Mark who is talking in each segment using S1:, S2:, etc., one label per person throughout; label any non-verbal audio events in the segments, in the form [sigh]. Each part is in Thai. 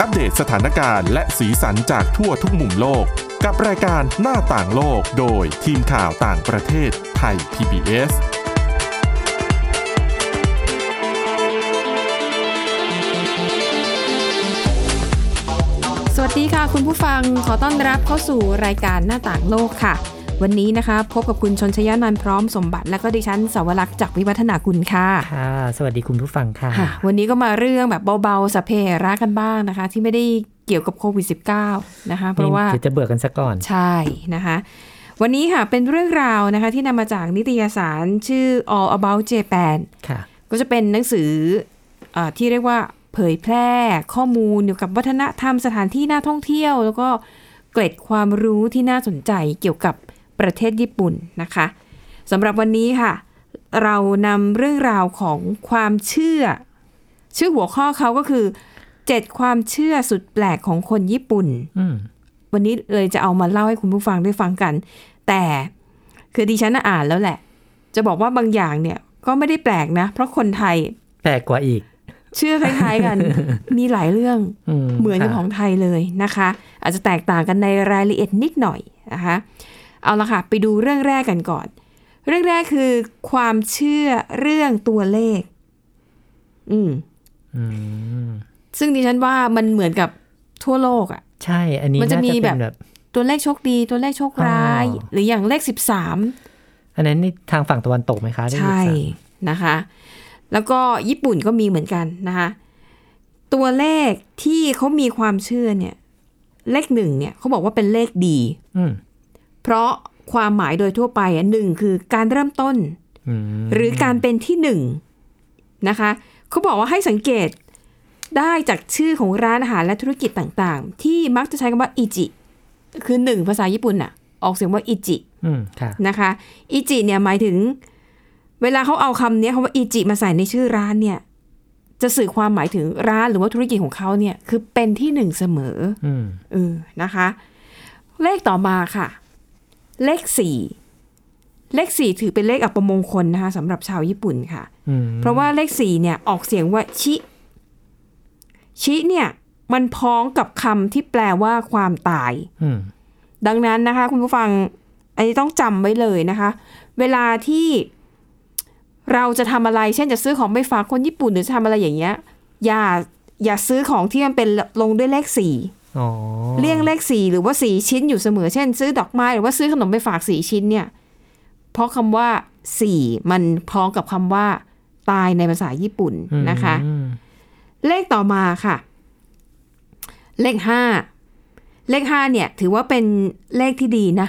S1: อัปเดตสถานการณ์และสีสันจากทั่วทุกมุมโลก กับรายการหน้าต่างโลกโดยทีมข่าวต่างประเทศไทย PBS
S2: สวัสดีค่ะ คุณผู้ฟังขอต้อนรับเข้าสู่รายการหน้าต่างโลกค่ะ วันนี้นะคะ พบกับคุณชนชยานันท์พร้อมสมบัติและก็ดิฉันสาวรักษ์จากวิวัฒนาคุณค่ะ
S3: ค่ะ สวัสดีคุณผู้ฟังค่ะ
S2: ค่ะ วันนี้ก็มาเรื่องแบบเบาๆสะเพรักกันบ้างนะคะ ที่ไม่ได้เกี่ยวกับโควิด -19 นะคะ เพราะว่า
S3: เดี๋ยวจะเบื่อกันซะก่อน
S2: ใช่นะคะ วันนี้ค่ะเป็นเรื่องราวนะคะ ที่นำมาจากนิตยสารชื่อ All About Japan
S3: ค่ะ
S2: ก็จะเป็นหนังสือเออที่เรียกว่าเผยแพร่ข้อมูลเกี่ยวกับวัฒนธรรมสถานที่น่าท่องเที่ยว แล้วก็เกร็ดความรู้ที่น่าสนใจเกี่ยวกับประเทศญี่ปุ่นนะคะสำหรับวันนี้ค่ะ เรานำเรื่องราวของความเชื่อ ชื่อหัวข้อเขาก็คือ 7 ความเชื่อสุดแปลกของคนญี่ปุ่น
S3: อืม
S2: วันนี้เลยจะเอามาเล่าให้คุณผู้ฟังได้ฟังกัน แต่คือดิฉันน่ะอ่านแล้วแหละ จะบอกว่าบางอย่างเนี่ยก็ไม่ได้แปลกนะ เพราะคนไทย
S3: แปลกกว่าอีก
S2: เชื่อคล้าย
S3: [laughs]
S2: ๆกัน มีหลายเรื่อง
S3: อืม
S2: เหมือนกับ
S3: ค่ะ
S2: ของไทยเลยนะคะ อาจจะแตกต่างกันในรายละเอียดนิดหน่อยนะคะเอาละค่ะ ไปดูเรื่องแรกกันก่อน เรื่องแรกคือ ความเชื่อเรื่องตัวเลข อืม
S3: อืม
S2: ซึ่งดิฉันว่ามันเหมือนกับทั่วโลกอะ
S3: ใช่ อันนี้
S2: มันจะ
S3: น่า
S2: มี
S3: จะ
S2: แบ
S3: เป็
S2: บ
S3: นแบบ
S2: ตัวเลขโชคดี ตัวเลขโชคร้าย
S3: อ๋อ
S2: หรืออย่างเลขสิบสาม
S3: อันนั้นนี่ทางฝั่งตะวันตกไหมคะได้ยิน
S2: ใช่
S3: เสียง
S2: นะคะ แล้วก็ญี่ปุ่นก็มีเหมือนกันนะคะ ตัวเลขที่เขามีความเชื่อเนี่ย เลขหนึ่งเนี่ยเขาบอกว่าเป็นเลขดี
S3: อืม
S2: เพราะความหมายโดยทั่วไปอ่ะหนึ่งคือการเริ่มต้น
S3: อืม
S2: หรือการเป็นที่หนึ่งนะคะ เขาบอกว่าให้สังเกตได้จากชื่อของร้านอาหารและธุรกิจต่างๆ ที่มักจะใช้คำว่าอิจิ คือหนึ่งภาษาญี่ปุ่นอ่ะ ออกเสียงว่าอิจิ
S3: อืม ค่ะ
S2: นะคะอิจิเนี่ยหมายถึง เวลาเขาเอาคำเนี้ยคำว่าอิจิมาใส่ในชื่อร้านเนี่ย จะสื่อความหมายถึงร้านหรือว่าธุรกิจของเขาเนี่ยคือเป็นที่หนึ่งเสมอ
S3: อืม
S2: เออนะคะ เลขต่อมาค่ะ เลขสี่เลขสี่ถือเป็นเลขอัปมงคลนะคะสำหรับชาวญี่ปุ่นค่ะ
S3: อืม
S2: เพราะว่าเลขสี่เนี่ยออกเสียงว่าชิ ชิเนี่ย มันพ้องกับคำที่แปลว่าความตาย
S3: อืม
S2: ดังนั้นนะคะคุณผู้ฟังอันนี้ต้องจำไว้เลยนะคะ เวลาที่เราจะทำอะไร เช่นจะซื้อของไปฝากคนญี่ปุ่นหรือจะทำอะไรอย่างเงี้ยอย่าอย่าซื้อของที่มันเป็นลงด้วยเลขสี่
S3: อ๋อ
S2: เลี่ยงเลขสี่หรือว่าสี่ชิ้นอยู่เสมอ เช่น ซื้อดอกไม้หรือว่าซื้อขนมไปฝากสี่ชิ้นเนี่ย เพราะคำว่าสี่มันพ้องกับคำว่า ตายในภาษาญี่ปุ่นนะคะ
S3: อืม
S2: เลขต่อมาค่ะ เลขห้าเลขห้าเนี่ย ถือว่าเป็นเลขที่ดีนะ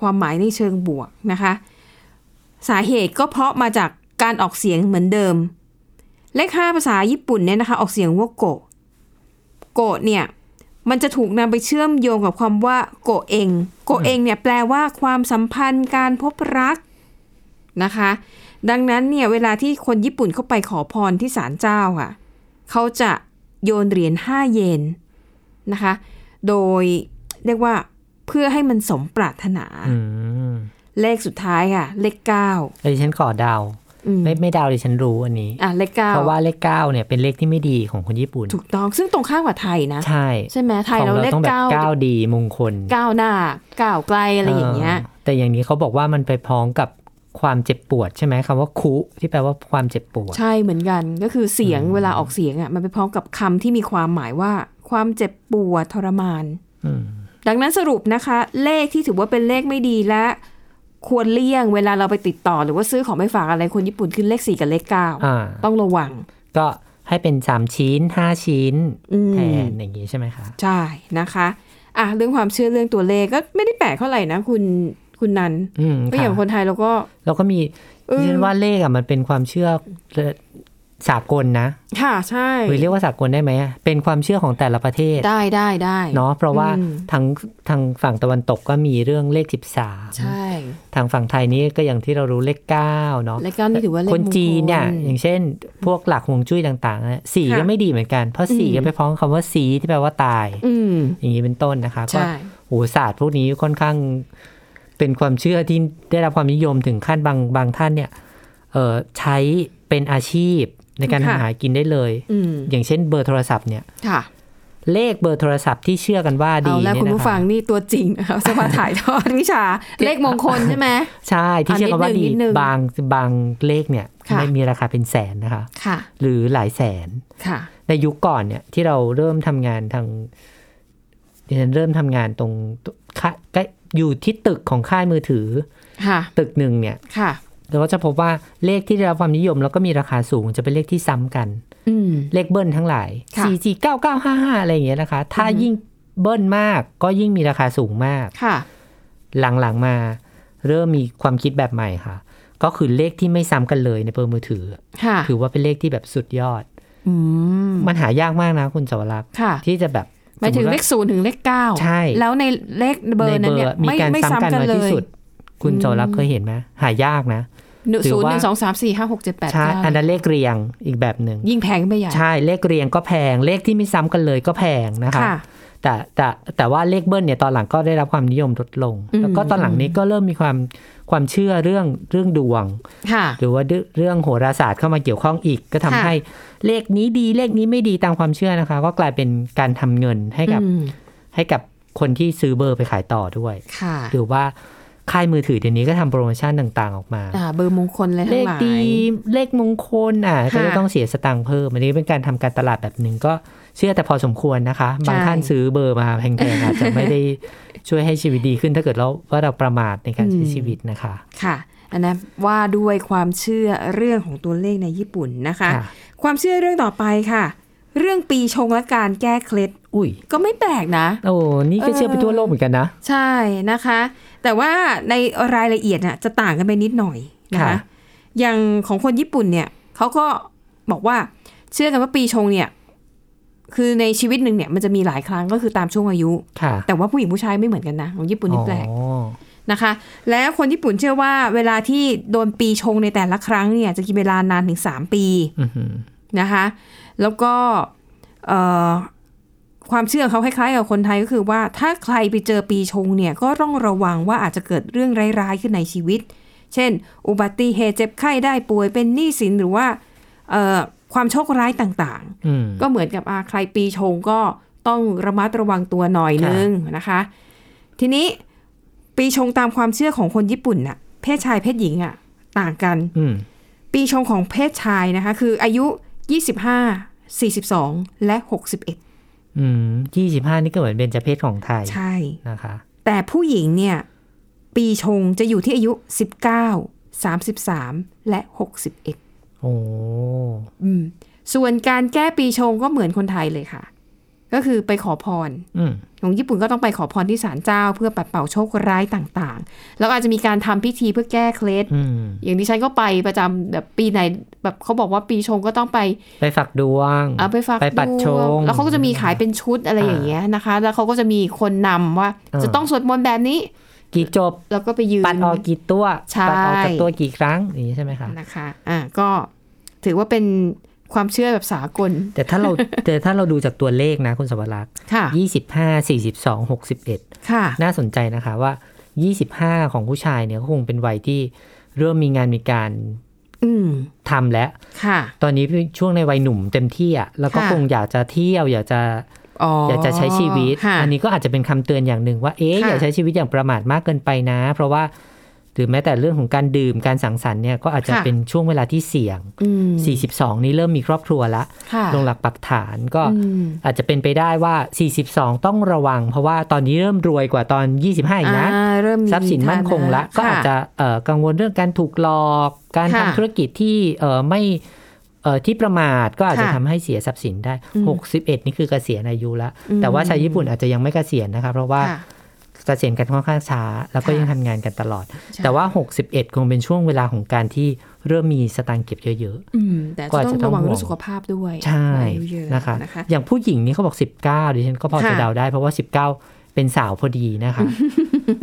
S2: ความหมายในเชิงบวกนะคะ สาเหตุก็เพราะมาจากการออกเสียงเหมือนเดิม เลขห้าภาษาญี่ปุ่นเนี่ยนะคะ ออกเสียงว่าโกะโกะเนี่ย มันจะถูกนำไปเชื่อมโยงกับความว่าโกะเอง โกะเองเนี่ยแปลว่าความสัมพันธ์การพบรักนะคะ ดังนั้นเนี่ยเวลาที่คนญี่ปุ่นเข้าไปขอพรที่ศาลเจ้าค่ะ เขาจะโยนเหรียญ5เยนนะคะ โดยเรียกว่าเพื่อให้มันสมปรารถนา
S3: อืม
S2: เลขสุดท้ายค่ะ เลขเก้า
S3: เอ้ยดิฉันขอเดา
S2: อืม
S3: ไม่ไม่เดาดิฉันรู้อันนี้
S2: อ่ะเลขเก้า
S3: เพราะว่าเลขเก้าเนี่ยเป็นเลขที่ไม่ดีของคนญี่ปุ่น
S2: ถูกต้องซึ่งตรงข้ามกับไทยนะ
S3: ใช่
S2: ใช่ไหมไทย
S3: ของ
S2: เราเลข
S3: ต้องแบบ
S2: เก้า
S3: เก้าดีมงคล
S2: ก้าวหน้าก้าวไกลอะไรอย่างเงี้ย
S3: แต่อย่างนี้เขาบอกว่ามันไปพ้องกับความเจ็บปวดใช่ไหมคำว่าคุที่แปลว่าความเจ็บปวด
S2: ใช่เหมือนกันก็คือเสียงเวลาออกเสียงอ่ะมันไปพร้อมกับคำที่มีความหมายว่า ความเจ็บปวดทรมาน
S3: อืม
S2: ดังนั้นสรุปนะคะ เลขที่ถือว่าเป็นเลขไม่ดีและ ควรเลี่ยงเวลาเราไปติดต่อหรือว่าซื้อของไปฝากอะไรคนญี่ปุ่นขึ้นเลขสี่กับเลขเก้า
S3: อ่า
S2: ต้องระวัง
S3: ก็ให้เป็นสามชิ้นห้าชิ้น
S2: อืม
S3: แทนอย่างนี้ใช่ไหมคะ
S2: ใช่นะคะอ่ะเรื่องความเชื่อเรื่องตัวเลขก็ไม่ได้แปลกเท่าไหร่นะคุณคุณนัน
S3: อืม
S2: ก็อย่างค
S3: ค่ะ
S2: นไทยเราก็
S3: แล้วก็มี
S2: เออ
S3: เรียนว่าเลขอ่ะมันเป็นความเชื่อสากลนะ
S2: ค่ะใช่
S3: หรือเรียกว่าสากลได้ไหมอะเป็นความเชื่อของแต่ละประเทศ
S2: ได้ได้ได้
S3: เนาะเพราะว่า
S2: อืม
S3: ทางทางฝั่งตะวันตกก็มีเรื่องเลขสิบสาม
S2: ใช่
S3: ทางฝั่งไทยนี่ก็อย่างที่เรารู้เลขเก้าเนาะ
S2: เลขเก้านี่ถือว่าเลข
S3: คนจีนเนี่ย
S2: มงคล
S3: อย่างเช่น พวกหลักฮวงจุ้ยต่างๆนะสี
S2: ค่ะ
S3: ก็ไม่ดีเหมือนกัน เพราะสี
S2: อืม
S3: ก็ไปพ้องคำว่าสีที่แปลว่าตาย
S2: อืม
S3: อย่างนี้เป็นต้นนะคะก็
S2: ใช่
S3: โหศาสตร์พวกนี้ค่อนข้างเป็นความเชื่อที่ได้รับความนิยมถึงขั้นบางบางท่านเนี่ยเอ่อใช้เป็นอาชีพในการ
S2: ค่ะ
S3: ทำหากินได้เลย
S2: อืม
S3: อย่างเช่นเบอร์โทรศัพท์เนี่ย
S2: ค่ะ
S3: เลขเบอร์โทรศัพท์ที่เชื่อกันว่าดี
S2: เอา
S3: เนี่
S2: แล้ว
S3: ย
S2: คุณผู้
S3: นะ
S2: ฟั
S3: คะ
S2: งนี่ตัวจริงนะคะ [laughs] จะมาถ่ายทอดวิชา เลขมงคลใช่ไหม
S3: ใช่ที่เชื่อกันว่าดี
S2: นิดนึง
S3: บางบางเลขเนี่ย
S2: ค่ะ
S3: ไม่มีราคาเป็นแสนนะคะ
S2: ค่ะ
S3: หรือหลายแสน
S2: ค่ะ
S3: ในยุคก่อนเนี่ยที่เราเริ่มทำงานทางดิฉันเริ่มทำงานตรงค่ายใกล้อยู่ที่ตึกของค่ายมือถือ
S2: ค่ะ
S3: ตึกหนึ่งเนี่ย
S2: ค่ะ
S3: เราก็จะพบว่าเลขที่ได้รับความนิยม แล้วก็มีราคาสูงจะเป็นเลขที่ซ้ำกัน
S2: อืม
S3: เลขเบิ้ลทั้งหลาย
S2: ค่ะ
S3: สี่สี่เก้าเก้าห้าห้าอะไรอย่างเงี้ยนะคะ ถ้ายิ่งเบิ้ลมากก็ยิ่งมีราคาสูงมาก
S2: ค่ะ
S3: หลังๆมาเริ่มมีความคิดแบบใหม่ค่ะ ก็คือเลขที่ไม่ซ้ำกันเลยในเบอร์มือถือ
S2: ค่ะ
S3: ถือว่าเป็นเลขที่แบบสุดยอด
S2: อืม
S3: มันหายากมากนะคุณสวรักษ์
S2: ค่ะ
S3: ที่จะแบบ
S2: หมายถึงเลข
S3: ส
S2: ศูนย์ถึงเลขเก้า
S3: ใช่
S2: แล้วในเลข
S3: ติ
S2: เบอ
S3: ว่า
S2: ร์นั้นเนี่ย
S3: มี
S2: ไม่
S3: การ
S2: ไม่
S3: ซ้ำกัน
S2: ซ้ำกัน
S3: มา
S2: เล
S3: ที่
S2: ย
S3: สุด คุณสวรักษ์เคยเห็นไหมหายากนะ
S2: หนึ่ง
S3: ถือ
S2: ศูนย์
S3: ว่า
S2: หนึ่งสองสามสี่ห้าหกเจ็ดแปด
S3: ใช่
S2: เก้า
S3: อันนั้นเลขเรียงอีกแบบหนึ่ง
S2: ยิ่งแพงขึ้นไปใหญ่
S3: ใช่เลขเรียงก็แพงเลขที่ไม่ซ้ำกันเลยก็แพงนะคะ
S2: ค่ะ
S3: แต่แต่แต่ว่าเลขเบิ้ลเนี่ยตอนหลังก็ได้รับความนิยมลดลง
S2: อืม
S3: แล้วก็ตอนหลังนี้ก็เริ่มมีความความเชื่อเรื่องเรื่องดวง
S2: ค่ะ
S3: หรือว่าเรื่องเรื่องโหราศาสตร์เข้ามาเกี่ยวข้องอีก ก็ทำ
S2: ค่ะ
S3: ให้เลขนี้ดีเลขนี้ไม่ดีตามความเชื่อนะคะ ก็กลายเป็นการทำเงินให้กับ
S2: อืม
S3: ให้กับคนที่ซื้อเบอร์ไปขายต่อด้วย
S2: ค่ะ
S3: หรือว่าค่ายมือถือเดี๋ยวนี้ก็ทำโปรโมชั่นต่างๆออกมา
S2: อ่าเบอร์มงคลเลย
S3: เล
S2: ทั้ง
S3: ข
S2: หลาย
S3: ดีเลขมงคลอ่ะ
S2: ค่ะ
S3: ก็จะต้องเสียสตังค์เพิ่มอันนี้เป็นการทำการตลาดแบบหนึ่งก็เชื่อแต่พอสมควรนะคะ บาง
S2: ใช่
S3: ท่านซื้อเบอร์มาแพงๆอาจจะไม่ได้ช่วยให้ชีวิตดีขึ้นถ้าเกิดเราว่าเราประมาทในการใช้ชีวิตนะคะ
S2: ค่ะ อันนั้นว่าด้วยความเชื่อเรื่องของตัวเลขในญี่ปุ่นนะคะ
S3: ค่ะ
S2: ความเชื่อเรื่องต่อไปค่ะ เรื่องปีชงและการแก้เคล็ด
S3: อุ้ย
S2: ก็ไม่แปลกนะ
S3: โอ้นี่ก็เชื่อไปทั่วโลกเหมือนกันนะ
S2: ใช่นะคะ แต่ว่าในรายละเอียดน่ะจะต่างกันไปนิดหน่อยนะคะ
S3: ค่ะ
S2: อย่างของคนญี่ปุ่นเนี่ยเขาก็บอกว่าเชื่อกันว่าปีชงเนี่ย คือในชีวิตหนึ่งเนี่ยมันจะมีหลายครั้งก็คือตามช่วงอายุ
S3: ค่ะ
S2: แต่ว่าผู้หญิงผู้ชายไม่เหมือนกันนะของญี่ปุ่นนี่แปลก
S3: อ๋อ
S2: นะคะ แล้วคนญี่ปุ่นเชื่อว่าเวลาที่โดนปีชงในแต่ละครั้งเนี่ยจะกินเวลานานถึงสามปี
S3: อื้อหือ
S2: นะคะแล้วก็เอ่อความเชื่อเขาคล้ายๆกับคนไทยก็คือว่าถ้าใครไปเจอปีชงเนี่ยก็ต้องระวังว่าอาจจะเกิดเรื่องร้ายๆขึ้นในชีวิต เช่น อุบัติเหตุเจ็บไข้ได้ป่วยเป็นหนี้สินหรือว่าเอ่อความโชคร้ายต่าง
S3: อืม
S2: ๆ ก็เหมือนกับอาใครปีชงก็ต้องระมัดระวังตัวหน่อยนึงนะคะ ทีนี้ปีชงตามความเชื่อของคนญี่ปุ่นน่ะเพศชายเพศหญิงอ่ะต่างกัน
S3: อืม
S2: ปีชงของเพศชายนะคะ คืออายุ 25 42 และ 61
S3: อืมยี่สิบห้านี่ก็เหมือนเบญจเพศของไทย
S2: ใช่
S3: นะคะ
S2: แต่ผู้หญิงเนี่ย ปีชงจะอยู่ที่อายุ 19 33 และ 61
S3: โอ้
S2: อืมส่วนการแก้ปีชงก็เหมือนคนไทยเลยค่ะ ก็คือไปขอพร
S3: อืม
S2: ของญี่ปุ่นก็ต้องไปขอพรที่ศาลเจ้า เพื่อปัดเป่าโชคร้ายต่างๆ แล้วก็อาจจะมีการทำพิธีเพื่อแก้เคล็ด
S3: อืม
S2: อย่างที่ฉันก็ไปประจำแบบปีไหนแบบเขาบอกว่าปีชงก็ต้องไป
S3: ไปฝักดวง
S2: เอาไปฝาก
S3: ไปปัดช
S2: ว
S3: ง
S2: แล้วเขาก็จะมีขายเป็นชุดอะไรอย่างเงี้ยนะคะ แล้วเขาก็จะมีคนนำว่า
S3: อ่า
S2: จะต้องสวดมนต์แบบนี้
S3: กี่จบ
S2: แล้วก็ไปยืน
S3: ปัดออกกี่ตัว
S2: ใช่
S3: ปัดออกจากตัวกี่ครั้งอย่างนี้ใช่ไหมคะ
S2: นะคะ อ่าก็ถือว่าเป็นความเชื่อแบบสากล
S3: แต่ถ้าเรา
S2: [laughs]
S3: แต่ถ้าเราดูจากตัวเลขนะคุณสวรักษ์
S2: ค่ะ
S3: ยี่สิบห้าสี่สิบสองหกสิบเอ็ด
S2: ค่ะ
S3: น่าสนใจนะคะว่า 25 ของผู้ชายเนี่ยก็คงเป็นวัยที่เริ่มมีงานมีการ
S2: อืม
S3: ทำแล้ว
S2: ค่ะ
S3: ตอนนี้ช่วงในวัยหนุ่มเต็มที่อ่ะแล้วก็
S2: ค่ะ
S3: คงอยากจะเที่ยวอยากจะ
S2: อ๋ออย
S3: อากจะใช้ชีวิต
S2: ค่ะ
S3: อันี้ก็อาจจะเป็นคำเตือนอย่างหนึ่งว่าเอ๊ะ
S2: ค่ะ
S3: อย่าใช้ชีวิตอย่างประมาทมากเกินไปนะ เพราะว่าหรือแม้แต่เรื่องของการดื่มการสังสรรค์เนี่ยก็อาจจะเป็นช่วงเวลาที่เสี่ยง
S2: อืม
S3: 42 นี้เริ่มมีครอบครัวละ
S2: ค่ะ
S3: ลงหลักปักฐานก็
S2: อืม
S3: อาจจะเป็นไปได้ว่า 42 ต้องระวัง เพราะว่าตอนนี้เริ่มรวยกว่าตอน 25อีกนะ
S2: อ่าเริ่มมี
S3: ทรัพย์สินมั่นคงละ
S2: ฐานะ
S3: ก็อาจจะเอ่อกังวลเรื่องการถูกหลอก การ
S2: ค่ะ
S3: ทำธุรกิจที่เอ่อไม่เอ่อที่ประมาทก็อาจจะ
S2: ค่ะ
S3: ทำให้เสียทรัพย์สินได้
S2: อืม
S3: 61 นี่คือเกษียณอายุละ
S2: อืม
S3: แต่ว่าชาวญี่ปุ่นอาจจะยังไม่เกษียณนะคะ เพราะว่า
S2: ค่ะ
S3: เกษียณกันค่อนข้างช้า แล้วก็
S2: ค่ะ
S3: ยังทำงานกันตลอด
S2: ใช่
S3: แต่ว่า 61 คงเป็นช่วงเวลาของการที่เริ่มมีสตางค์เก็บเยอะ
S2: อืมแต่
S3: ก็อาจ
S2: ต้อ
S3: จะ
S2: ง
S3: ต้อง
S2: ระวัง
S3: ห่วง
S2: เรื่องสุขภาพด้วย
S3: ๆ ใช่
S2: อายุเยอ
S3: นะคะ
S2: นะคะ
S3: อย่างผู้หญิงนี่เขาบอก 19ดิฉันก็พอจะ
S2: ค่ะ
S3: เดาได้ เพราะว่า 19 เป็นสาวพอดีนะคะ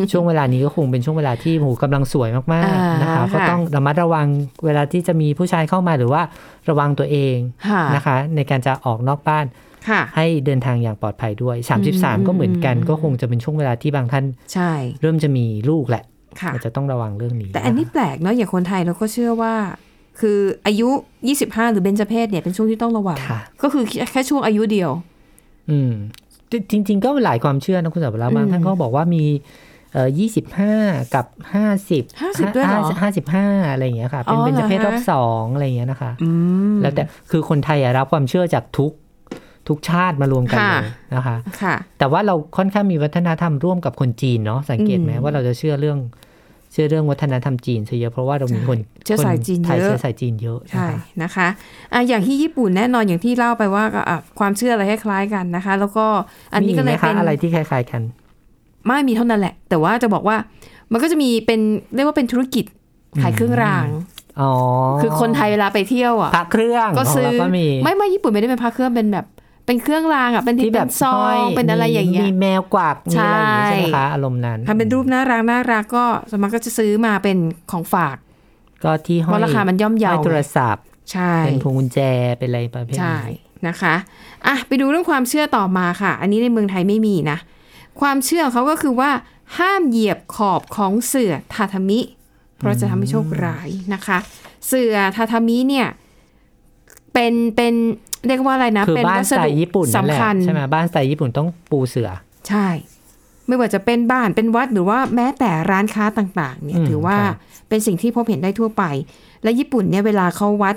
S2: [laughs]
S3: ช่วงเวลานี้ก็คงเป็นช่วงเวลาที่หูกำลังสวยมากๆนะคะ
S2: อ่า
S3: ก็
S2: ค่ะ
S3: ต้องระมัดระวังเวลาที่จะมีผู้ชายเข้ามาหรือว่าระวังตัวเอง
S2: ค่ะ
S3: นะคะ ในการจะออกนอกบ้าน
S2: ค่ะ
S3: ให้เดินทางอย่างปลอดภัยด้วย
S2: ม
S3: 33 ก็เหมือนกันก็คงจะเป็นช่วงเวลาที่บางท่าน
S2: ใช่
S3: เริ่มจะมีลูกแหละ
S2: ค่ะ
S3: อาจจะต้องระวังเรื่องนี้
S2: แต่อันนี้
S3: ะคะ
S2: แปลกเนาะอย่างคนไทยเราก็เชื่อว่า คืออายุ 25 หรือเบญจเพศเนี่ยเป็นช่วงที่ต้องระวัง
S3: ค่ะ
S2: ก็คือแค่ช่วงอายุเดียว
S3: อืมจริง ๆ ก็หลายความเชื่อนะคุณสับปะรดบาง
S2: อืม
S3: ท่านก็บอกว่ามีเอ่อยี่สิบห้ากับห้าสิบ
S2: 50ด้วยเหรอ
S3: ห้าสิบห้าอะไรอย่างเงี้ยค่ะ
S2: อ๋
S3: เป็
S2: อ
S3: น
S2: เหร
S3: เป็นจะ
S2: อ
S3: เพศรอบ
S2: ฮะ
S3: สองอะไรอย่างเงี้ยนะคะ
S2: อืม
S3: แล้วแต่คือคนไทยอะรับความเชื่อจากทุกทุกชาติมารวมกัน
S2: ค่ะ
S3: เลยนะคะ
S2: ค่ะ
S3: แต่ว่าเราค่อนข้างมีวัฒนธรรมร่วมกับคนจีนเนาะสังเกตไหม
S2: อืม
S3: ว่าเราจะเชื่อเรื่องเชื่อเรื่องวัฒนธรรมจีนซะเยอะเพราะว่าเรามีคน
S2: เชื้อสาย
S3: คน
S2: จีน
S3: ไทย
S2: เยอะ
S3: เชื้อสายจีนเยอะ
S2: ใช่
S3: นะคะ
S2: นะคะอ่ะอย่างที่ญี่ปุ่นแน่นอนอย่างที่เล่าไปว่าก็อ่ะความเชื่ออะไรคล้ายๆกันนะคะ แล้วก็อันนี้ก็เลย
S3: มีไหมคะ
S2: เป็น
S3: อะไรที่คล้ายๆกัน
S2: ไม่มีเท่านั้นแหละ แต่ว่าจะบอกว่ามันก็จะมีเป็นเรียกว่าเป็นธุรกิจขายเครื่องราง
S3: อ๋อ
S2: คือคนไทยเวลาไปเที่ยวอ่ะ
S3: พระเครื่อง
S2: ก็ซื้อ
S3: ขงเราก็มี
S2: ไม่ไม่ญี่ปุ่นไม่ได้เป็นพระเครื่องเป็นแบบ เป็นเครื่องรางอ่ะเป็น
S3: ที่แบบ
S2: เป็นซอง
S3: ห้
S2: เป็นอะไรอย่างเงี้ย
S3: มีแมวกวักมี
S2: ใช่
S3: อะไรอย่างเงี้ยใช่ไหมคะอารมณ์นั้น
S2: ทำเป็นรูปน่ารักน่ารักก็สวนมัครก็จะซื้อมาเป็นของฝาก
S3: ก็ที่
S2: เพ
S3: ห้อย
S2: ราะราคามันย่อมเยา
S3: ห้อยโทรศัพท์
S2: ใช่
S3: เป็นพวงกุญแจเป็นอะไรประเภท
S2: ใช่
S3: นี้
S2: นะคะอ่ะไปดูเรื่องความเชื่อต่อมาค่ะ อันนี้ในเมืองไทยไม่มีนะ ความเชื่อของเขาก็คือว่า ห้ามเหยียบขอบของเสื่อทาทามิ เพราะจะทำให้โชคร้ายนะคะ เสื่อทาทามิเนี่ยเป็นเป็นเรียกว่าอะไรนะ
S3: คือ
S2: เป็น
S3: บ้าน
S2: วั
S3: ส
S2: ส
S3: ไต
S2: ดุ
S3: ล์ญี่ปุ่นนั่นแหละ
S2: สำคัญ
S3: ใช่ไหมบ้านสไตล์ญี่ปุ่นต้องปูเสือ
S2: ใช่ ไม่ว่าจะเป็นบ้านเป็นวัดหรือว่าแม้แต่ร้านค้าต่างๆเนี่ย
S3: อืม
S2: ถือว่า
S3: ครับ
S2: เป็นสิ่งที่พบเห็นได้ทั่วไป และญี่ปุ่นเนี่ยเวลาเขาวัด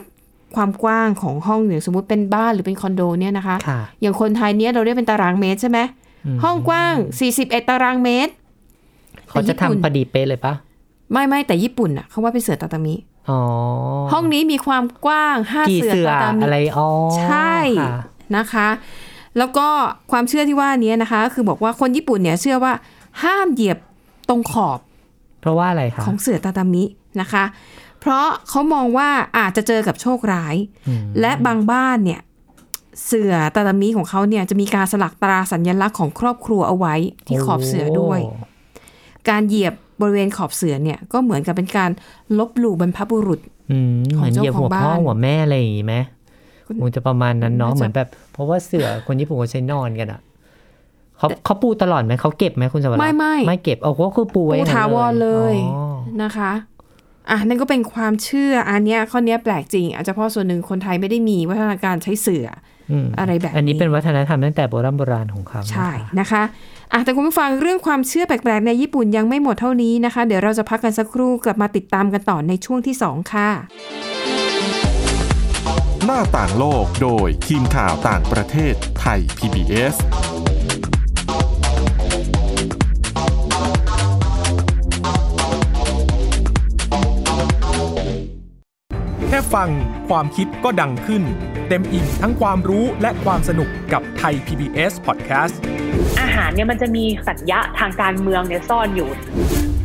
S2: ความกว้างของห้องอย่างสมมติเป็นบ้านหรือเป็นคอนโดเนี่ยนะคะ
S3: ค่ะ
S2: อย่างคนไทยเนี่ยเราเรียกเป็นตารางเมตรใช่ไหม
S3: อืม
S2: ห้องกว้าง 41 ตารางเมตร
S3: เขาจะทำพอดีเป๊ะเลยปะ
S2: ไม่ไม่แต่ญี่ปุ่นอ่ะเขาว่าเป็นเสือตาตามิ
S3: อ๋อ
S2: ห้องนี้มีความกว้างห้า
S3: กี่
S2: เสือ
S3: เสือ
S2: ตาตามิ
S3: อะไรอ๋อ
S2: ใช่
S3: ค่ะ
S2: นะคะ แล้วก็ความเชื่อที่ว่านี้นะคะก็คือบอกว่าคนญี่ปุ่นเนี่ยเชื่อว่าห้ามเหยียบตรงขอบ
S3: เพราะว่าอะไรคะ
S2: ของเสือตาตามินะคะ เพราะเขามองว่าอาจจะเจอกับโชคร้าย
S3: อืม
S2: และบางบ้านเนี่ยเสือตาตามิของเขาเนี่ยจะมีการสลักตราสัญลักษณ์ของครอบครัวเอาไว้ที่ขอบเสือด้วย
S3: โ
S2: การเหยียบบริเวณขอบเสือเนี่ยก็เหมือนกับเป็นการลบหลู่บรรพบุรุษ
S3: อืม
S2: ของ
S3: เหมือน
S2: เจ้า
S3: เหยียบ
S2: ของ
S3: หัวพ่อ
S2: บ้าน
S3: หัวแม่อะไรอย่างงี้ไหม
S2: คุณ
S3: คงจะประมาณนั้นเนาะ
S2: น่าจะ
S3: เหมือนแบบ เพราะว่าเสือคนญี่ปุ่นเขาใช้นอนกันอะเขาเขาปูตลอดไหมเขาเก็บไหมคุณสวรรค์
S2: ไม่ไม่
S3: ไม่เก็บเอาก็คือปูไว้
S2: ปู
S3: อย่งนั้น
S2: ถาวรเลย
S3: อ๋อ
S2: นะคะอ่ะนั่นก็เป็นความเชื่ออันเนี้ยข้อเนี้ยแปลกจริง อาจจะเพราะส่วนหนึ่งคนไทยไม่ได้มีวัฒนาการใช้เสือ
S3: อืม
S2: อะไรแบบนี้
S3: อันนี้เป็นวัฒนธรรมตั้งแต่โบราณโบราณของเขา
S2: ใช่นะคะอ่ะแต่คุณผู้ฟังเรื่องความเชื่อแปลกๆ ในญี่ปุ่นยังไม่หมดเท่านี้นะคะ เดี๋ยวเราจะพักกันสักครู่กลับมาติดตามกันต่อในช่วงที่ 2 ค่ะ
S1: หน้าต่างโลกโดยทีมข่าวต่างประเทศไทย PBS
S4: แค่ฟังความคิดก็ดังขึ้น เต็มอิ่มทั้งความรู้และความสนุกกับไทย PBS Podcast
S5: อาหารเนี่ยมันจะมีสัญญะทางการเมืองเนี่ยซ่อนอยู่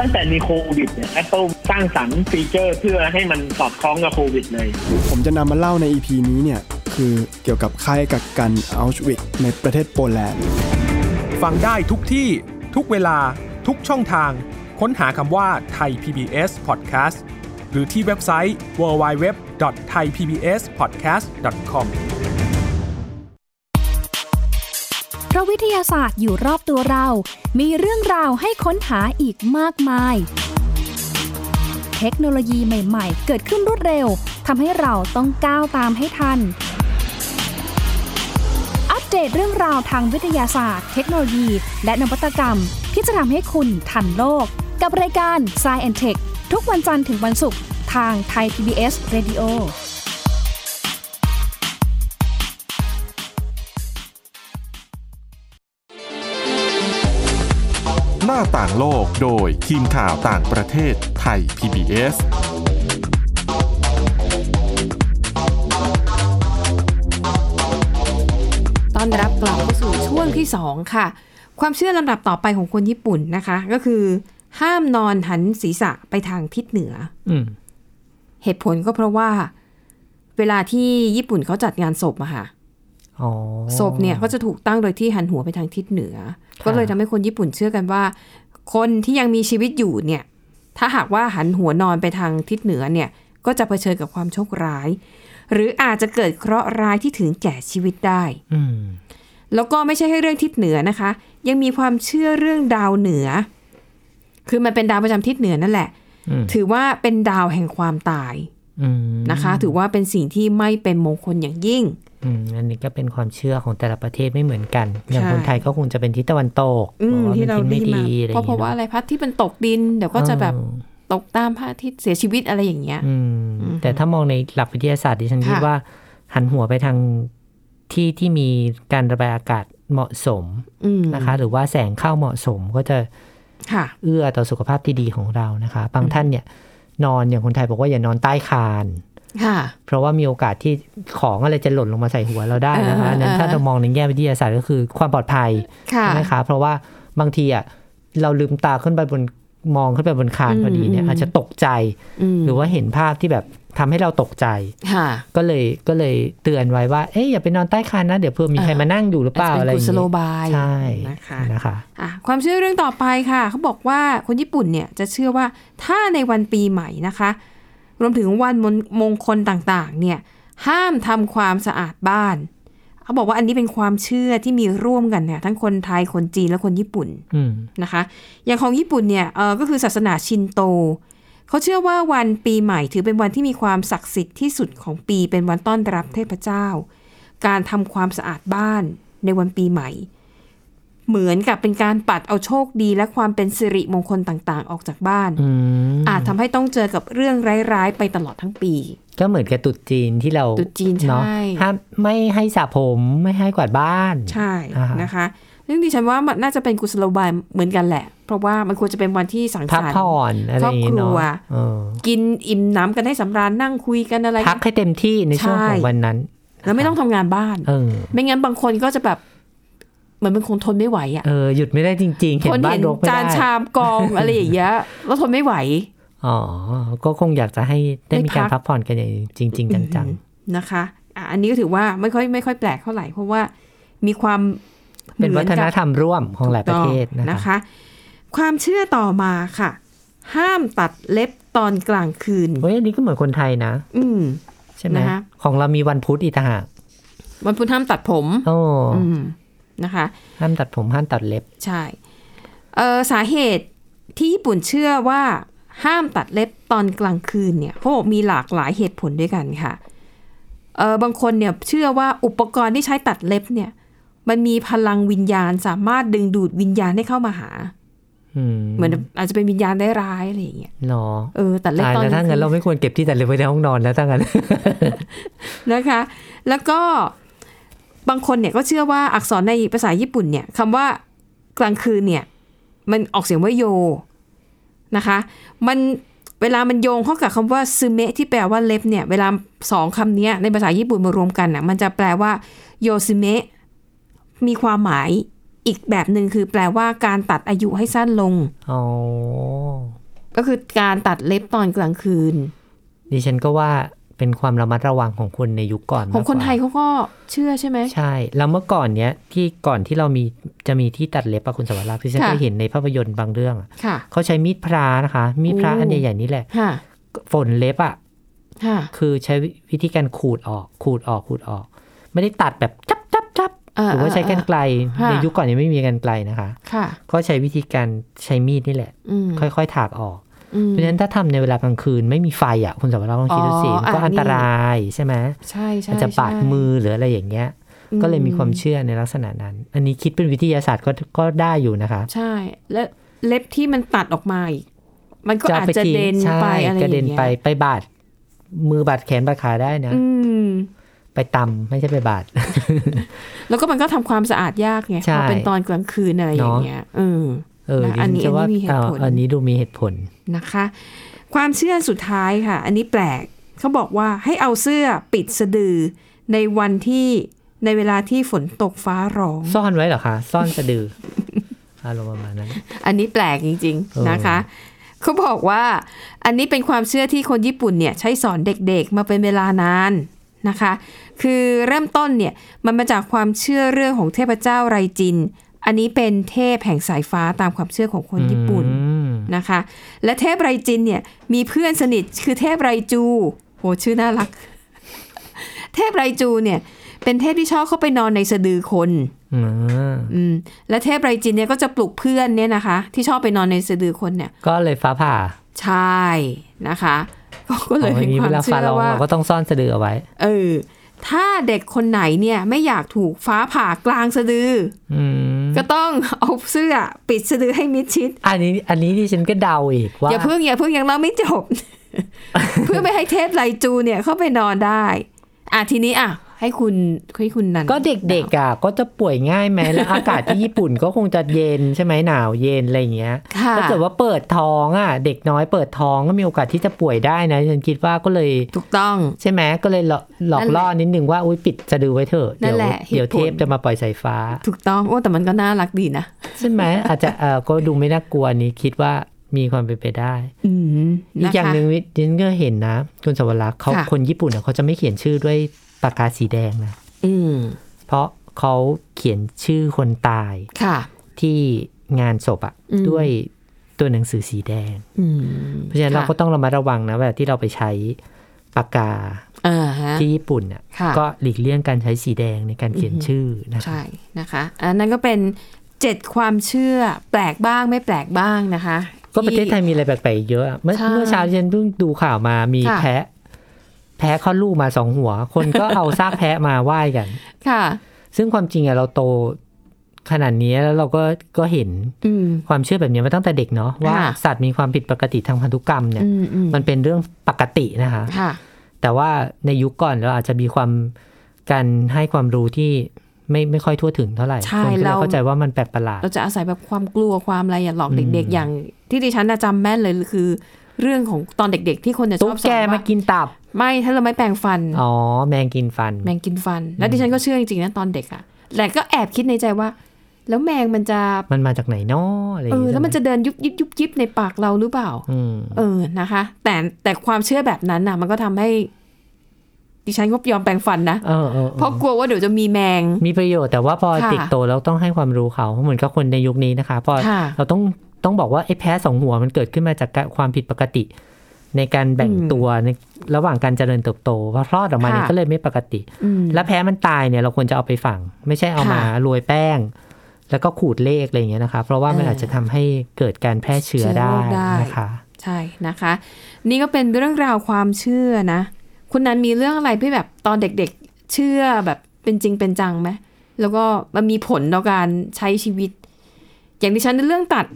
S6: ตั้งแต่มีโควิดเนี่ย Apple สร้างสรรค์ฟีเจอร์เพื่อให้มันสอดคล้องกับโควิดเลย
S7: ผมจะนำมาเล่าใน EP นี้เนี่ย คือเกี่ยวกับค่ายกักกันอัลชวิกในประเทศโปแลนด์
S4: ฟังได้ทุกที่ ทุกเวลา ทุกช่องทาง ค้นหาคำว่าไทย PBS Podcast หรือที่เว็บไซต์ www.thaipbspodcast.com
S8: เพราะวิทยาศาสตร์อยู่รอบตัวเรา มีเรื่องราวให้ค้นหาอีกมากมาย เทคโนโลยีใหม่ ๆ เกิดขึ้นรวดเร็ว ทำให้เราต้องก้าวตามให้ทัน อัปเดตเรื่องราวทางวิทยาศาสตร์ เทคโนโลยี และนวัตกรรม ที่จะทำให้คุณทันโลก กับรายการ s c i e n t e c h ทุกวันจันทร์ถึงวันศุกร์ทางไทย PBS Radio
S1: หน้าต่างโลกโดยทีมข่าวต่างประเทศไทย PBS
S2: ต้อนรับกลับเข้าสู่ช่วงที่ 2 ค่ะ ความเชื่อลำดับต่อไปของคนญี่ปุ่นนะคะ ก็คือ ห้ามนอนหันศีรษะไปทางทิศเหนือ
S3: อืม
S2: เหตุผลก็เพราะว่า เวลาที่ญี่ปุ่นเขาจัดงานศพอะค่ะ
S3: อ๋อ
S2: ศพเนี่ยก็จะถูกตั้งโดยที่หันหัวไปทางทิศเหนือ
S3: ค่ะ
S2: ก็เลยทำให้คนญี่ปุ่นเชื่อกันว่า คนที่ยังมีชีวิตอยู่เนี่ย ถ้าหากว่าหันหัวนอนไปทางทิศเหนือเนี่ย ก็จะเผชิญกับความโชคร้าย หรืออาจจะเกิดเคราะห์ร้ายที่ถึงแก่ชีวิตได้
S3: อืม
S2: แล้วก็ไม่ใช่แค่เรื่องทิศเหนือนะคะ ยังมีความเชื่อเรื่องดาวเหนือ คือมันเป็นดาวประจำทิศเหนือนั่นแหละ
S3: อืม
S2: ถือว่าเป็นดาวแห่งความตาย
S3: อืม
S2: นะคะ ถือว่าเป็นสิ่งที่ไม่เป็นมงคลอย่างยิ่ง
S3: อืมอันนี้ก็เป็นความเชื่อของแต่ละประเทศไม่เหมือนกัน อย่าง
S2: ใช่
S3: คนไทยก็คงจะเป็นทิศตะวันตก
S2: อืม
S3: บอกว่
S2: ที่เรา
S3: ป็น
S2: ได้
S3: ไม่
S2: ยินมา
S3: ดีอะไรอ
S2: เพ
S3: ย่า
S2: ราะ
S3: ง
S2: เพราะว่า
S3: เงี้ย
S2: อะไรพัดที่มันตกดิน เดี๋ยวก็จะแบบ
S3: เออ
S2: ตกตามพระอาทิตย์เสียชีวิตอะไรอย่างเงี้ย
S3: อืม
S2: อืม
S3: แต่ถ้ามองในหลักวิทยาศาสตร์ดิฉัน
S2: ค่ะ
S3: คิดว่า หันหัวไปทางที่ที่มีการระบายอากาศเหมาะสม
S2: อืม
S3: นะคะ หรือว่าแสงเข้าเหมาะสมก็จะ
S2: ค่ะ
S3: เอื้อต่อสุขภาพที่ดีของเรานะคะ บางท่านเนี่ยนอนอย่างคนไทยบอกว่าอย่านอนใต้คาน
S2: ค่ะ
S3: เพราะว่ามีโอกาสที่ของอะไรจะหล่นลงมาใส่หัวเราได้นะคะ
S2: อ่า
S3: นั้นถ้า
S2: อ่า
S3: เรามองในแง่วิทยาศาสตร์ก็คือความปลอดภัย
S2: ค่ะ
S3: ใช่ไหมคะ เพราะว่าบางทีอ่ะเราลืมตาขึ้นไปบนมองขึ้นไปบนคานพอดีเนี่ย
S2: อืม
S3: อาจจะตกใจ
S2: อืม
S3: หรือว่าเห็นภาพที่แบบทำให้เราตกใจ
S2: ค่ะ
S3: ก็เลยก็เลยเตือนไว้ว่าเอ๊ะอย่าไปนอนใต้คานนะเดี๋ยวเพื่อมีใคร
S2: อ่าม
S3: มานั่งอยู่หรือเปล่า
S2: จจะ
S3: อะไรอ
S2: กุ
S3: ย่าง
S2: ศโล
S3: เงี้ย
S2: บาย
S3: ใช่
S2: นะคะ
S3: นะคะ
S2: อ่ะความเชื่อเรื่องต่อไปค่ะ เขาบอกว่าคนญี่ปุ่นเนี่ยจะเชื่อว่าถ้าในวันปีใหม่นะคะ รวมถึงวันมงมงคลต่างๆเนี่ยห้ามทำความสะอาดบ้าน เขาบอกว่าอันนี้เป็นความเชื่อที่มีร่วมกันเนี่ยทั้งคนไทยคนจีนและคนญี่ปุ่น
S3: อืม
S2: นะคะอย่างของญี่ปุ่นเนี่ยเออก็คือศาสนาชินโต เขาเชื่อว่าวันปีใหม่ถือเป็นวันที่มีความศักดิ์สิทธิ์ที่สุดของปีเป็นวันต้อนรับเทพเจ้า การทำความสะอาดบ้านในวันปีใหม่ เหมือนกับเป็นการปัดเอาโชคดีและความเป็นสิริมงคลต่างๆ ออกจากบ้าน
S3: อืม
S2: อาจทำให้ต้องเจอกับเรื่องร้ายๆ ไปตลอดทั้งปี
S3: ก็เหมือนกับตรุดจีนที่เรา
S2: ตรุษจีนใช่
S3: เาะห้ามไม่ให้สระผมไม่ให้กวาดบ้าน
S2: ใช่
S3: อ่าฮะ
S2: นะคะซึ่งดิฉันว่ามันน่าจะเป็นกุศโลบายเหมือนกันแหละ เพราะว่ามันควรจะเป็นวันที่สัง
S3: พัก
S2: สรรค์
S3: ผ่อนอะไรอย่างเงี้ย
S2: คร
S3: เนาะ
S2: อบครัว
S3: เออ
S2: กินอิ่มหน้ำกันให้สำราญนั่งคุยกันอะไร
S3: พั
S2: กัน
S3: กให้เต็มที่ในช่วงของวันนั้น
S2: แล้วไม่ต้องทำงานบ้าน
S3: เออ
S2: ไม่งั้นบางคนก็จะแบบเหมือนเป็นคนทนไม่ไหวอ่ะ
S3: เออหยุดไม่ได้จริง ๆ เห็
S2: คนน
S3: บ้า
S2: เห็
S3: น
S2: น
S3: รกไม่
S2: จาน
S3: ได้
S2: ชามกอง อะไรอย่างเงี้ยแล้วทนไม่ไหว
S3: อ๋อก็คงอยากจะให้ได้มีการ
S2: ได้พัก
S3: พักผ่อนกันอย่างจริง ๆ จัง
S2: นะคะอ่ะอันนี้ก็ถือว่าไม่ค่อยไม่ค่อยแปลกเท่าไหร่ เพราะว่ามีความ
S3: ๆ เป็นวัฒนธรรมร่วมของหลายประเทศ
S2: ถูกต้อง
S3: นะคะ
S2: ความเชื่อต่อมาค่ะ ห้ามตัดเล็บตอนกลางคืน
S3: เฮ้ยอันนี้ก็เหมือนคนไทยนะ
S2: อืม
S3: ใช่ไหม
S2: นะคะ
S3: ของเรามีวันพุธอีกต่างหาก
S2: วันพุธห้ามตัดผม
S3: โอ้
S2: อืมนะคะ
S3: ห้ามตัดผมห้ามตัดเล็บ
S2: ใช่เออสาเหตุที่ญี่ปุ่นเชื่อว่าห้ามตัดเล็บตอนกลางคืนเนี่ยเขาบอกมีหลากหลายเหตุผลด้วยกันค่ะเออบางคนเนี่ยเชื่อว่าอุปกรณ์ที่ใช้ตัดเล็บเนี่ย มันมีพลังวิญญาณสามารถดึงดูดวิญญาณให้เข้ามาหา
S3: อืม
S2: เหมือนอาจจะเป็นวิญญาณได้ร้ายๆอะไรอย่างเงี้ย
S3: หรอ
S2: เออตัดเล็บ
S3: ตาย
S2: ตอน
S3: แล้ว
S2: กลา
S3: ถ้าง
S2: คื
S3: งั้น
S2: น
S3: เราไม่ควรเก็บที่ตัดเล็บไว้ในห้องนอนแล้วถ้างั้น
S2: นะคะ แล้วก็บางคนเนี่ยก็เชื่อว่าอักษรในภาษาญี่ปุ่นเนี่ยคำว่ากลางคืนเนี่ย มันออกเสียงว่าโยนะคะ มันเวลามันโยงเข้ากับคำว่าซึเมะที่แปลว่าเล็บเนี่ย เวลาสองคำเนี้ยในภาษาญี่ปุ่นมารวมกันน่ะมันจะแปลว่าโยซึเมะมีความหมายอีกแบบหนึ่งคือแปลว่าการตัดอายุให้สั้นลง
S3: อ๋อ
S2: ก็คือการตัดเล็บตอนกลางคืน
S3: ดิฉันก็ว่าเป็นความระมัดระวังของคนในยุคก่อน
S2: ของ
S3: มากก
S2: ค
S3: ว่าน
S2: ไทยเขาก็เชื่อใช่ไหม
S3: ใช่ แล้วเมื่อก่อนเนี้ยที่ก่อนที่เรามีจะมีที่ตัดเล็บอะคุณสวรรค์ที่ฉัน
S2: ค่ะ
S3: ก็เห็นในภาพยนตร์บางเรื่องอะ
S2: ค่ะ
S3: เขาใช้มีดพระนะคะ มีดพระ
S2: โอ้
S3: อันใหญ่ๆนี่แหละ
S2: ค่ะ
S3: ฝนเล็บอะ
S2: ค่ะ
S3: คือใช้วิธีการขูดออก ขูดออกขูดออก ไม่ได้ตัดแบบจับจับจับ
S2: เออ
S3: หรือว่าใช้กันไกล
S2: เออเออ
S3: ในยุคก่อนยังไม่มีกันไกลนะคะ
S2: ค่ะ
S3: ก็ใช้วิธีการใช้มีดนี่แหละ
S2: อืม
S3: ค่อยๆถากออก
S2: อืม
S3: เพราะฉะนั้นถ้าทำในเวลากลางคืนไม่มีไฟอ่ะคุณสวรรค์ลองคิดดูสิ
S2: อ๋อ
S3: มันก็
S2: อ่ะ
S3: อันต
S2: นี่
S3: รายใช่ไหม
S2: ใช่ใช่
S3: อาจจะบาด
S2: ใช่
S3: มือหรืออะไรอย่างเงี้ย
S2: อืม
S3: ก็เลยมีความเชื่อในลักษณะนั้น อันนี้คิดเป็นวิทยาศาสตร์ก็ก็ได้อยู่นะคะ
S2: ใช่ และเล็บที่มันตัดออกมาอีก มันก็อาจจะ
S3: ทิ้ง
S2: เด่น
S3: ใช่
S2: ไปอะไรอก
S3: ระ
S2: ย่าง
S3: เด็น
S2: เงี้
S3: ไป
S2: ย
S3: ไปบาดมือบาดแขนบาดขาได้นะ
S2: อืม
S3: ไปตำไม่ใช่ไปบาด
S2: แล้วก็มันก็ทำความสะอาดยากไง
S3: ใช่
S2: พอเป็นตอนกลางคืนอะไรอย่างเงี้ยเออ
S3: เออ
S2: นะอันนี้
S3: ดิฉัจะว่า
S2: อันนี้มีเหตุผล
S3: เอ่ออันนี้ดูมีเหตุผล
S2: นะคะ ความเชื่อสุดท้ายค่ะ อันนี้แปลกเขาบอกว่าให้เอาเสื้อปิดสะดือในวันที่ในเวลาที่ฝนตกฟ้าร้อง
S3: ซ่อนไว้เหรอคะ ซ่อนสะ
S2: [laughs]
S3: ดือ อารมณ์ประมาณนั้น
S2: อันนี้แปลกจริง
S3: เออ
S2: ๆนะคะ เขาบอกว่าอันนี้เป็นความเชื่อที่คนญี่ปุ่นเนี่ยใช้สอนเด็กๆมาเป็นเวลานาน นะคะ คือเริ่มต้นเนี่ยมันมาจากความเชื่อเรื่องของเทพเจ้าไรจิน อันนี้เป็นเทพแห่งสายฟ้าตามความเชื่อของคนญี่ปุ่น
S3: อืม
S2: นะคะ และเทพไรจินเนี่ยมีเพื่อนสนิทคือเทพไรจู โหชื่อน่ารัก [laughs] เทพไรจูเนี่ยเป็นเทพที่ชอบเข้าไปนอนในสะดือคน
S3: อ่า
S2: อืม และเทพไรจินเนี่ยก็จะปลุกเพื่อนเนี่ยนะคะ ที่ชอบไปนอนในสะดือคนเนี่ย
S3: ก็เลยฟ้าผ่า
S2: ใช่นะคะ ก็เลย
S3: อ๋อ
S2: เป็น
S3: อย่างนี้
S2: ควา
S3: เว
S2: ม
S3: ลาฟ้า
S2: เชื่อ
S3: ร้อง
S2: ว่า
S3: เราก็ต้องซ่อนสะดือเอาไว้
S2: เออ ถ้าเด็กคนไหนเนี่ยไม่อยากถูกฟ้าผ่ากลางสะดือ
S3: อืม
S2: ก็ต้องเอาเสื้อปิดสะดือให้มิดชิด
S3: อันนี้อันนี้ที่ฉันก็เดาอีกว่า
S2: อย่าเพิ่งอย่าเพิ่งยังเล่าไม่จบ [laughs] เพื่อไม่ให้เทพไลจูเนี่ยเข้าไปนอนได้ อ่ะทีนี้อ่ะ ให้คุณให้คุณนัน
S3: ก็เด็กๆอ่ะก็จะป่วยง่ายไหมแล้วอากาศที่ญี่ปุ่นก็คงจะเย็นใช่ไหมหนาวเย็นอะไรอย่างเงี้ย
S2: ค่ะ
S3: ถ้าเกิดว่าเปิดท้องอ่ะ เด็กน้อยเปิดท้องก็มีโอกาสที่จะป่วยได้นะฉันคิดว่าก็เลย
S2: ถูกต้อง
S3: ใช่ไหมก็เลยหลอกหลอก
S2: นั่นแหละ
S3: ล่อนิดนึงว่าอุ้ยปิดสะดือไว้เถอะ
S2: นั่
S3: เดี๋ย
S2: น
S3: ว
S2: แหละ
S3: เดี๋ยว
S2: เหตุผล
S3: เทพจะมาปล่อยสายฟ้า
S2: ถูกต้องโอ้แต่มันก็น่ารักดีนะ
S3: ใช่ไหม อาจจะเออก็ดูไม่น่ากลัวนี้คิดว่ามีความเป็นไปได้
S2: อืม
S3: อีก
S2: นะคะ
S3: อย่างหนึ่งดิฉันก็เห็นนะ คุณสวรักษ์เขา
S2: ค่ะ
S3: คนญี่ปุ่นอะเขาจะไม่เขียนชื่อด้วยปากกาสีแดงนะ
S2: อืม
S3: เพราะเขาเขียนชื่อคนตาย
S2: ค่ะ
S3: ที่งานศพอะ
S2: อืม
S3: ด้วยตัวหนังสือสีแดง
S2: อืม
S3: เพราะฉะนั้นเราก็ต้องระมัดระวังนะเวลาที่เราไปใช้ปากกา
S2: อ่าฮะ
S3: ที่ญี่ปุ่นเนี่ย
S2: ค่ะ
S3: ก็หลีกเลี่ยงการใช้สีแดงในการเขียน
S2: อือหือ
S3: ชื่อนะ
S2: ใช่นะคะอันนั้นก็เป็นเจ็ดความเชื่อแปลกบ้างไม่แปลกบ้างนะคะ
S3: ก็ประเทศไทยมีอะไรแปลกๆเยอะอะเมื่อ
S2: ใช่
S3: เมื่อเช้าฉันเพิ่งดูข่าวมามี
S2: ค่ะ
S3: แพะ แพะคลอดลูกมาสองหัว คนก็เอาซากแพะมาไหว้กัน
S2: ค่ะ
S3: ซึ่งความจริงอะเราโตขนาดนี้แล้วเราก็ก็เห็น
S2: อืม
S3: ความเชื่อแบบนี้มาตั้งแต่เด็กเนาะว่า
S2: ค่ะ
S3: สัตว์มีความผิดปกติทางพันธุกรรมเนี่ย
S2: อืมอืม
S3: มันเป็นเรื่องปกตินะคะ
S2: ค่ะ
S3: แต่ว่าในยุคก่อนเราอาจจะมีความการให้ความรู้ที่ไม่ไม่ค่อยทั่วถึงเท่าไหร่
S2: ใช่
S3: คนก็เล
S2: เรา
S3: ยเข้าใจว่ามันแปลกประหลาด
S2: เราจะอาศัยแบบความกลัวความอะไรอย่าหลอก
S3: อื
S2: เด็ก
S3: ม
S2: ๆ อย่างที่ดิฉันน่ะจำแม่นเลยคือ เรื่องของตอนเด็กๆ ที่คนจะช
S3: ตุ๊
S2: อก บส
S3: แก
S2: อน
S3: มา
S2: ว่า
S3: กินตับ
S2: ไม่ถ้าเราไม่แปรงฟัน
S3: อ๋อ แมงกินฟัน
S2: แมงกินฟัน แล้วดิฉันก็เชื่อจริงๆนะตอนเด็กอะแต่ก็แอบคิดในใจว่า แล้วแมงมันจะ
S3: มันมาจากไหนนาะอะไรอ
S2: เอย่าง อ
S3: งี้
S2: แล้วมันจะ
S3: ใช่ไห
S2: เดินยุบยิบยุบยิบในปากเราหรือเปล่า
S3: อืม
S2: เออนะคะ แต่แต่ความเชื่อแบบนั้นน่ะ มันก็ทำให้ ดิฉันก็ยอมแปรงฟันนะ
S3: เออเออ
S2: เพราะกลัวว่าเดี๋ยวจะมีแมง
S3: มีประโยชน์แต่ว่าพอ
S2: ค่ะ
S3: เด็กโตแล้วต้องให้ความรู้เขาเหมือนกับคนในยุคนี้นะคะพอ
S2: ค่ะ
S3: เราต้องต้องบอกว่าไอ้แพ้สองหัวมันเกิดขึ้นมาจากการความผิดปกติ ในการแบ่ง
S2: อืม
S3: ตัวในระหว่างการเจริญเติบโตพอคลอดออกมาเนี่ย
S2: ค่ะ
S3: ก็เลยไม่ปกติ
S2: อืม
S3: แล้วแพ้มันตายเนี่ยเราควรจะเอาไปฝัง ไม่ใช่เอามา
S2: ค่ะ
S3: โรยแป้ง แล้วก็ขูดเลขอะไรอย่างเงี้ยนะคะ เพราะว่ามัน
S2: เอออ
S3: อาจจะทำให้เกิดการแพร่เชื้อ
S2: เชื้อ
S3: ได้
S2: โรคได้
S3: นะคะ
S2: ใช่นะคะ นี่ก็เป็นเรื่องราวความเชื่อนะ คุณนันมีเรื่องอะไรที่แบบตอนเด็กๆ เชื่อแบบเป็นจริงเป็นจังไหมแล้วก็มันมีผลต่อการใช้ชีวิต อย่างดิฉันเรื่องตัด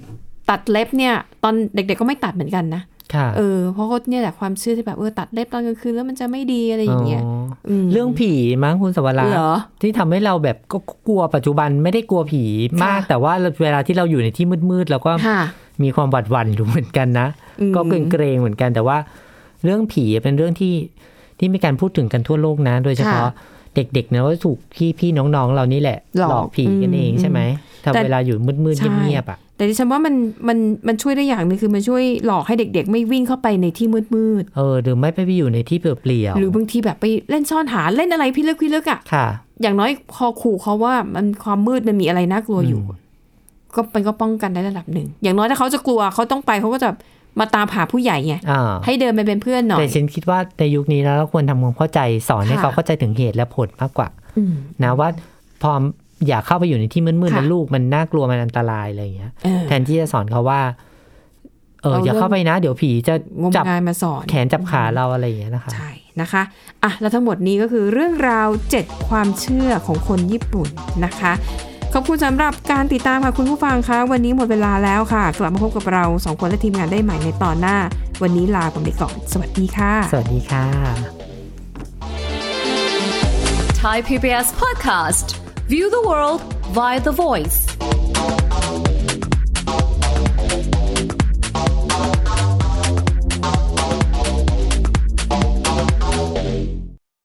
S2: ตัดเล็บเนี่ย ตอนเด็กๆก็ไม่ตัดเหมือนกันนะ
S3: ค่ะ
S2: เออเพราะก็เนี่ยแหละความเชื่อที่แบบเออตัดเล็บตอนกลางคืนแล้วมันจะไม่ดีอะไรอย่างเงี้ยม
S3: เรื่องผีมั้งคุณสวรักษ์
S2: เหรอ
S3: ที่ทำให้เราแบบก็กลัวปัจจุบันไม่ได้กลัวผีมาก
S2: ค่ะ
S3: แต่ว่าเวลาที่เราอยู่ในที่มืดๆเราก็
S2: ค่ะ
S3: มีความหวัดหวั่นอยู่เหมือนกันนะ
S2: อืม
S3: ก็เกรงๆเหมือนกัน แต่ว่าเรื่องผีเป็นเรื่องที่ที่มีการพูดถึงกันทั่วโลกนะ โดยเฉพาะเด็กๆเนี่ยว่าถูกพี่พี่ๆน้องๆเรานี่แหละ
S2: หลอก
S3: ผีกันเองใช่ไหมถ้า
S2: แต่
S3: เวลาอยู่มืด
S2: ใช่
S3: ๆเงียบๆอ่ะ
S2: แต่ดิฉันว่ามันมันมันช่วยได้อย่างหนึงคือมันช่วยหลอกให้เด็ก ๆ ไม่วิ่งเข้าไปในที่มืด
S3: เออหรือไม่ไปอยู่ในที่เปลี่ยว
S2: ๆหรือบางทีแบบไปเล่นซ่อนหาเล่นอะไรพี่เลือกพี่เลือกอะ
S3: ๆค่ะ
S2: อย่างน้อยพอขู่เขาว่ามันความมืดมันมีอะไรน่ากลัวอยู่
S3: อืม
S2: ก็มันก็ป้องกันได้ระดับหนึ่ง อย่างน้อยถ้าเขาจะกลัวเขาต้องไปเขาก็จะมาตามหาผู้ใหญ่ไง
S3: อ่า
S2: ให้เดินไปเป็นเพื่อนหน่อ
S3: แต่
S2: ย
S3: ฉันคิดว่าในยุคนี้นะเราควรทำความเข้าใจสอนให้
S2: ค่ะ
S3: เขาเข้าใจถึงเหตุและผลมากกว่า
S2: อืม
S3: นะว่าพออย่าเข้าไปอยู่ในที่มืดๆ
S2: ค่ะ
S3: นะลูกมันน่ากลัวมันอันตรายอะไรอย่างเงี้ย
S2: เออ
S3: แทนที่จะสอนเขาว่าเออ
S2: เอา
S3: อย่า
S2: เรื่อง
S3: เข้าไปนะ เดี๋ยวผีจะ
S2: งม
S3: จับ
S2: งายมาสอน
S3: แขนจับขาเราอะไรอย่างเงี้ยนะคะ
S2: ใช่นะคะอ่ะแล้วทั้งหมดนี้ก็คือเรื่องราว 7 ความเชื่อของคนญี่ปุ่นนะคะ ขอบคุณสำหรับการติดตามค่ะคุณผู้ฟังคะวันนี้หมดเวลาแล้วค่ะ กลับมาพบกับเราสองคนและทีมงานได้ใหม่ในตอนหน้า วันนี้ลาไปก่อนสวัสดีค่ะ
S3: สวัสดีค่ะ
S9: Thai PBS podcast. View the world via the voice.